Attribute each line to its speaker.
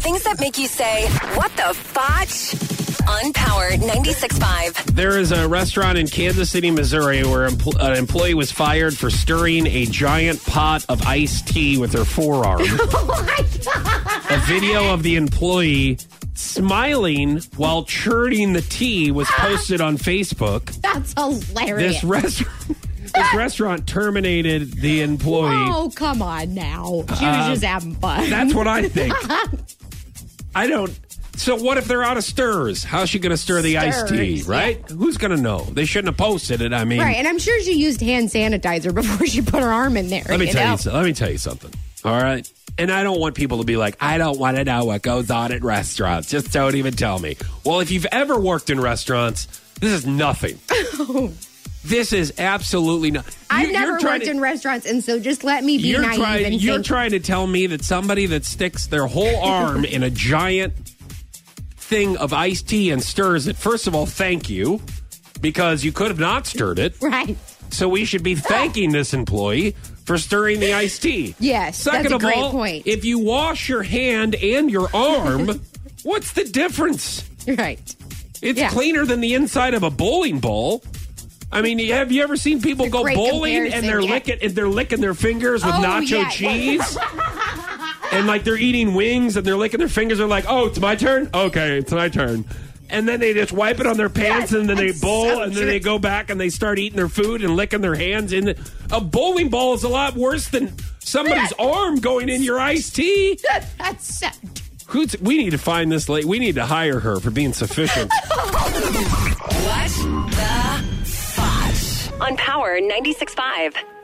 Speaker 1: Things that make you say, what the fotch? On Power 96.5.
Speaker 2: There is a restaurant in Kansas City, Missouri, where empl- an employee was fired for stirring a giant pot of iced tea with her forearm.
Speaker 3: Oh
Speaker 2: A video of the employee smiling while churning the tea was posted on Facebook.
Speaker 3: That's hilarious.
Speaker 2: This restaurant. This restaurant terminated the employee.
Speaker 3: Oh, come on now. She was just having fun.
Speaker 2: Uh, That's what I think. I don't. So what if they're out of stirs? How's she going to stir the iced tea?
Speaker 3: Stirs,
Speaker 2: Right? Who's going to know? They shouldn't have posted it. I mean,
Speaker 3: right, and I'm sure she used hand sanitizer before she put her arm in there.
Speaker 2: let me
Speaker 3: you
Speaker 2: tell
Speaker 3: know?
Speaker 2: you. so- Let me tell you something. All right. And I don't want people to be like, I don't want to know what goes on at restaurants. Just don't even tell me. Well, if you've ever worked in restaurants, this is nothing. this is absolutely nothing.
Speaker 3: Oh. I've never worked in restaurants, and so just let me be
Speaker 2: You're
Speaker 3: naive
Speaker 2: trying.
Speaker 3: and
Speaker 2: You're
Speaker 3: think.
Speaker 2: trying to tell me that somebody that sticks their whole arm in a giant thing of iced tea and stirs it. First of all, thank you because you could have not stirred it.
Speaker 3: right.
Speaker 2: So we should be thanking this employee for stirring the iced tea.
Speaker 3: Yes,
Speaker 2: Second
Speaker 3: that's a
Speaker 2: of
Speaker 3: great
Speaker 2: all,
Speaker 3: point.
Speaker 2: if you wash your hand and your arm, what's the difference?
Speaker 3: Right.
Speaker 2: It's
Speaker 3: Yeah.
Speaker 2: cleaner than the inside of a bowling ball. I mean, have you ever seen people
Speaker 3: It's a
Speaker 2: go
Speaker 3: great
Speaker 2: bowling and
Speaker 3: comparison,
Speaker 2: they're
Speaker 3: yeah.
Speaker 2: licking and they're licking their fingers with
Speaker 3: Oh,
Speaker 2: nacho
Speaker 3: yeah.
Speaker 2: cheese? and like they're eating wings and they're licking their fingers. They're like, "Oh, it's my turn. Okay, it's my turn." And then they just wipe it on their pants,
Speaker 3: Yes,
Speaker 2: and then they
Speaker 3: that's
Speaker 2: bowl,
Speaker 3: so
Speaker 2: and then
Speaker 3: true.
Speaker 2: they go back and they start eating their food and licking their hands. In the, a bowling ball is a lot worse than somebody's arm going in your iced tea.
Speaker 3: That's so-
Speaker 2: Who's, we need to find this lady. We need to hire her for being sufficient.
Speaker 1: What the fotch? On Power 96.5.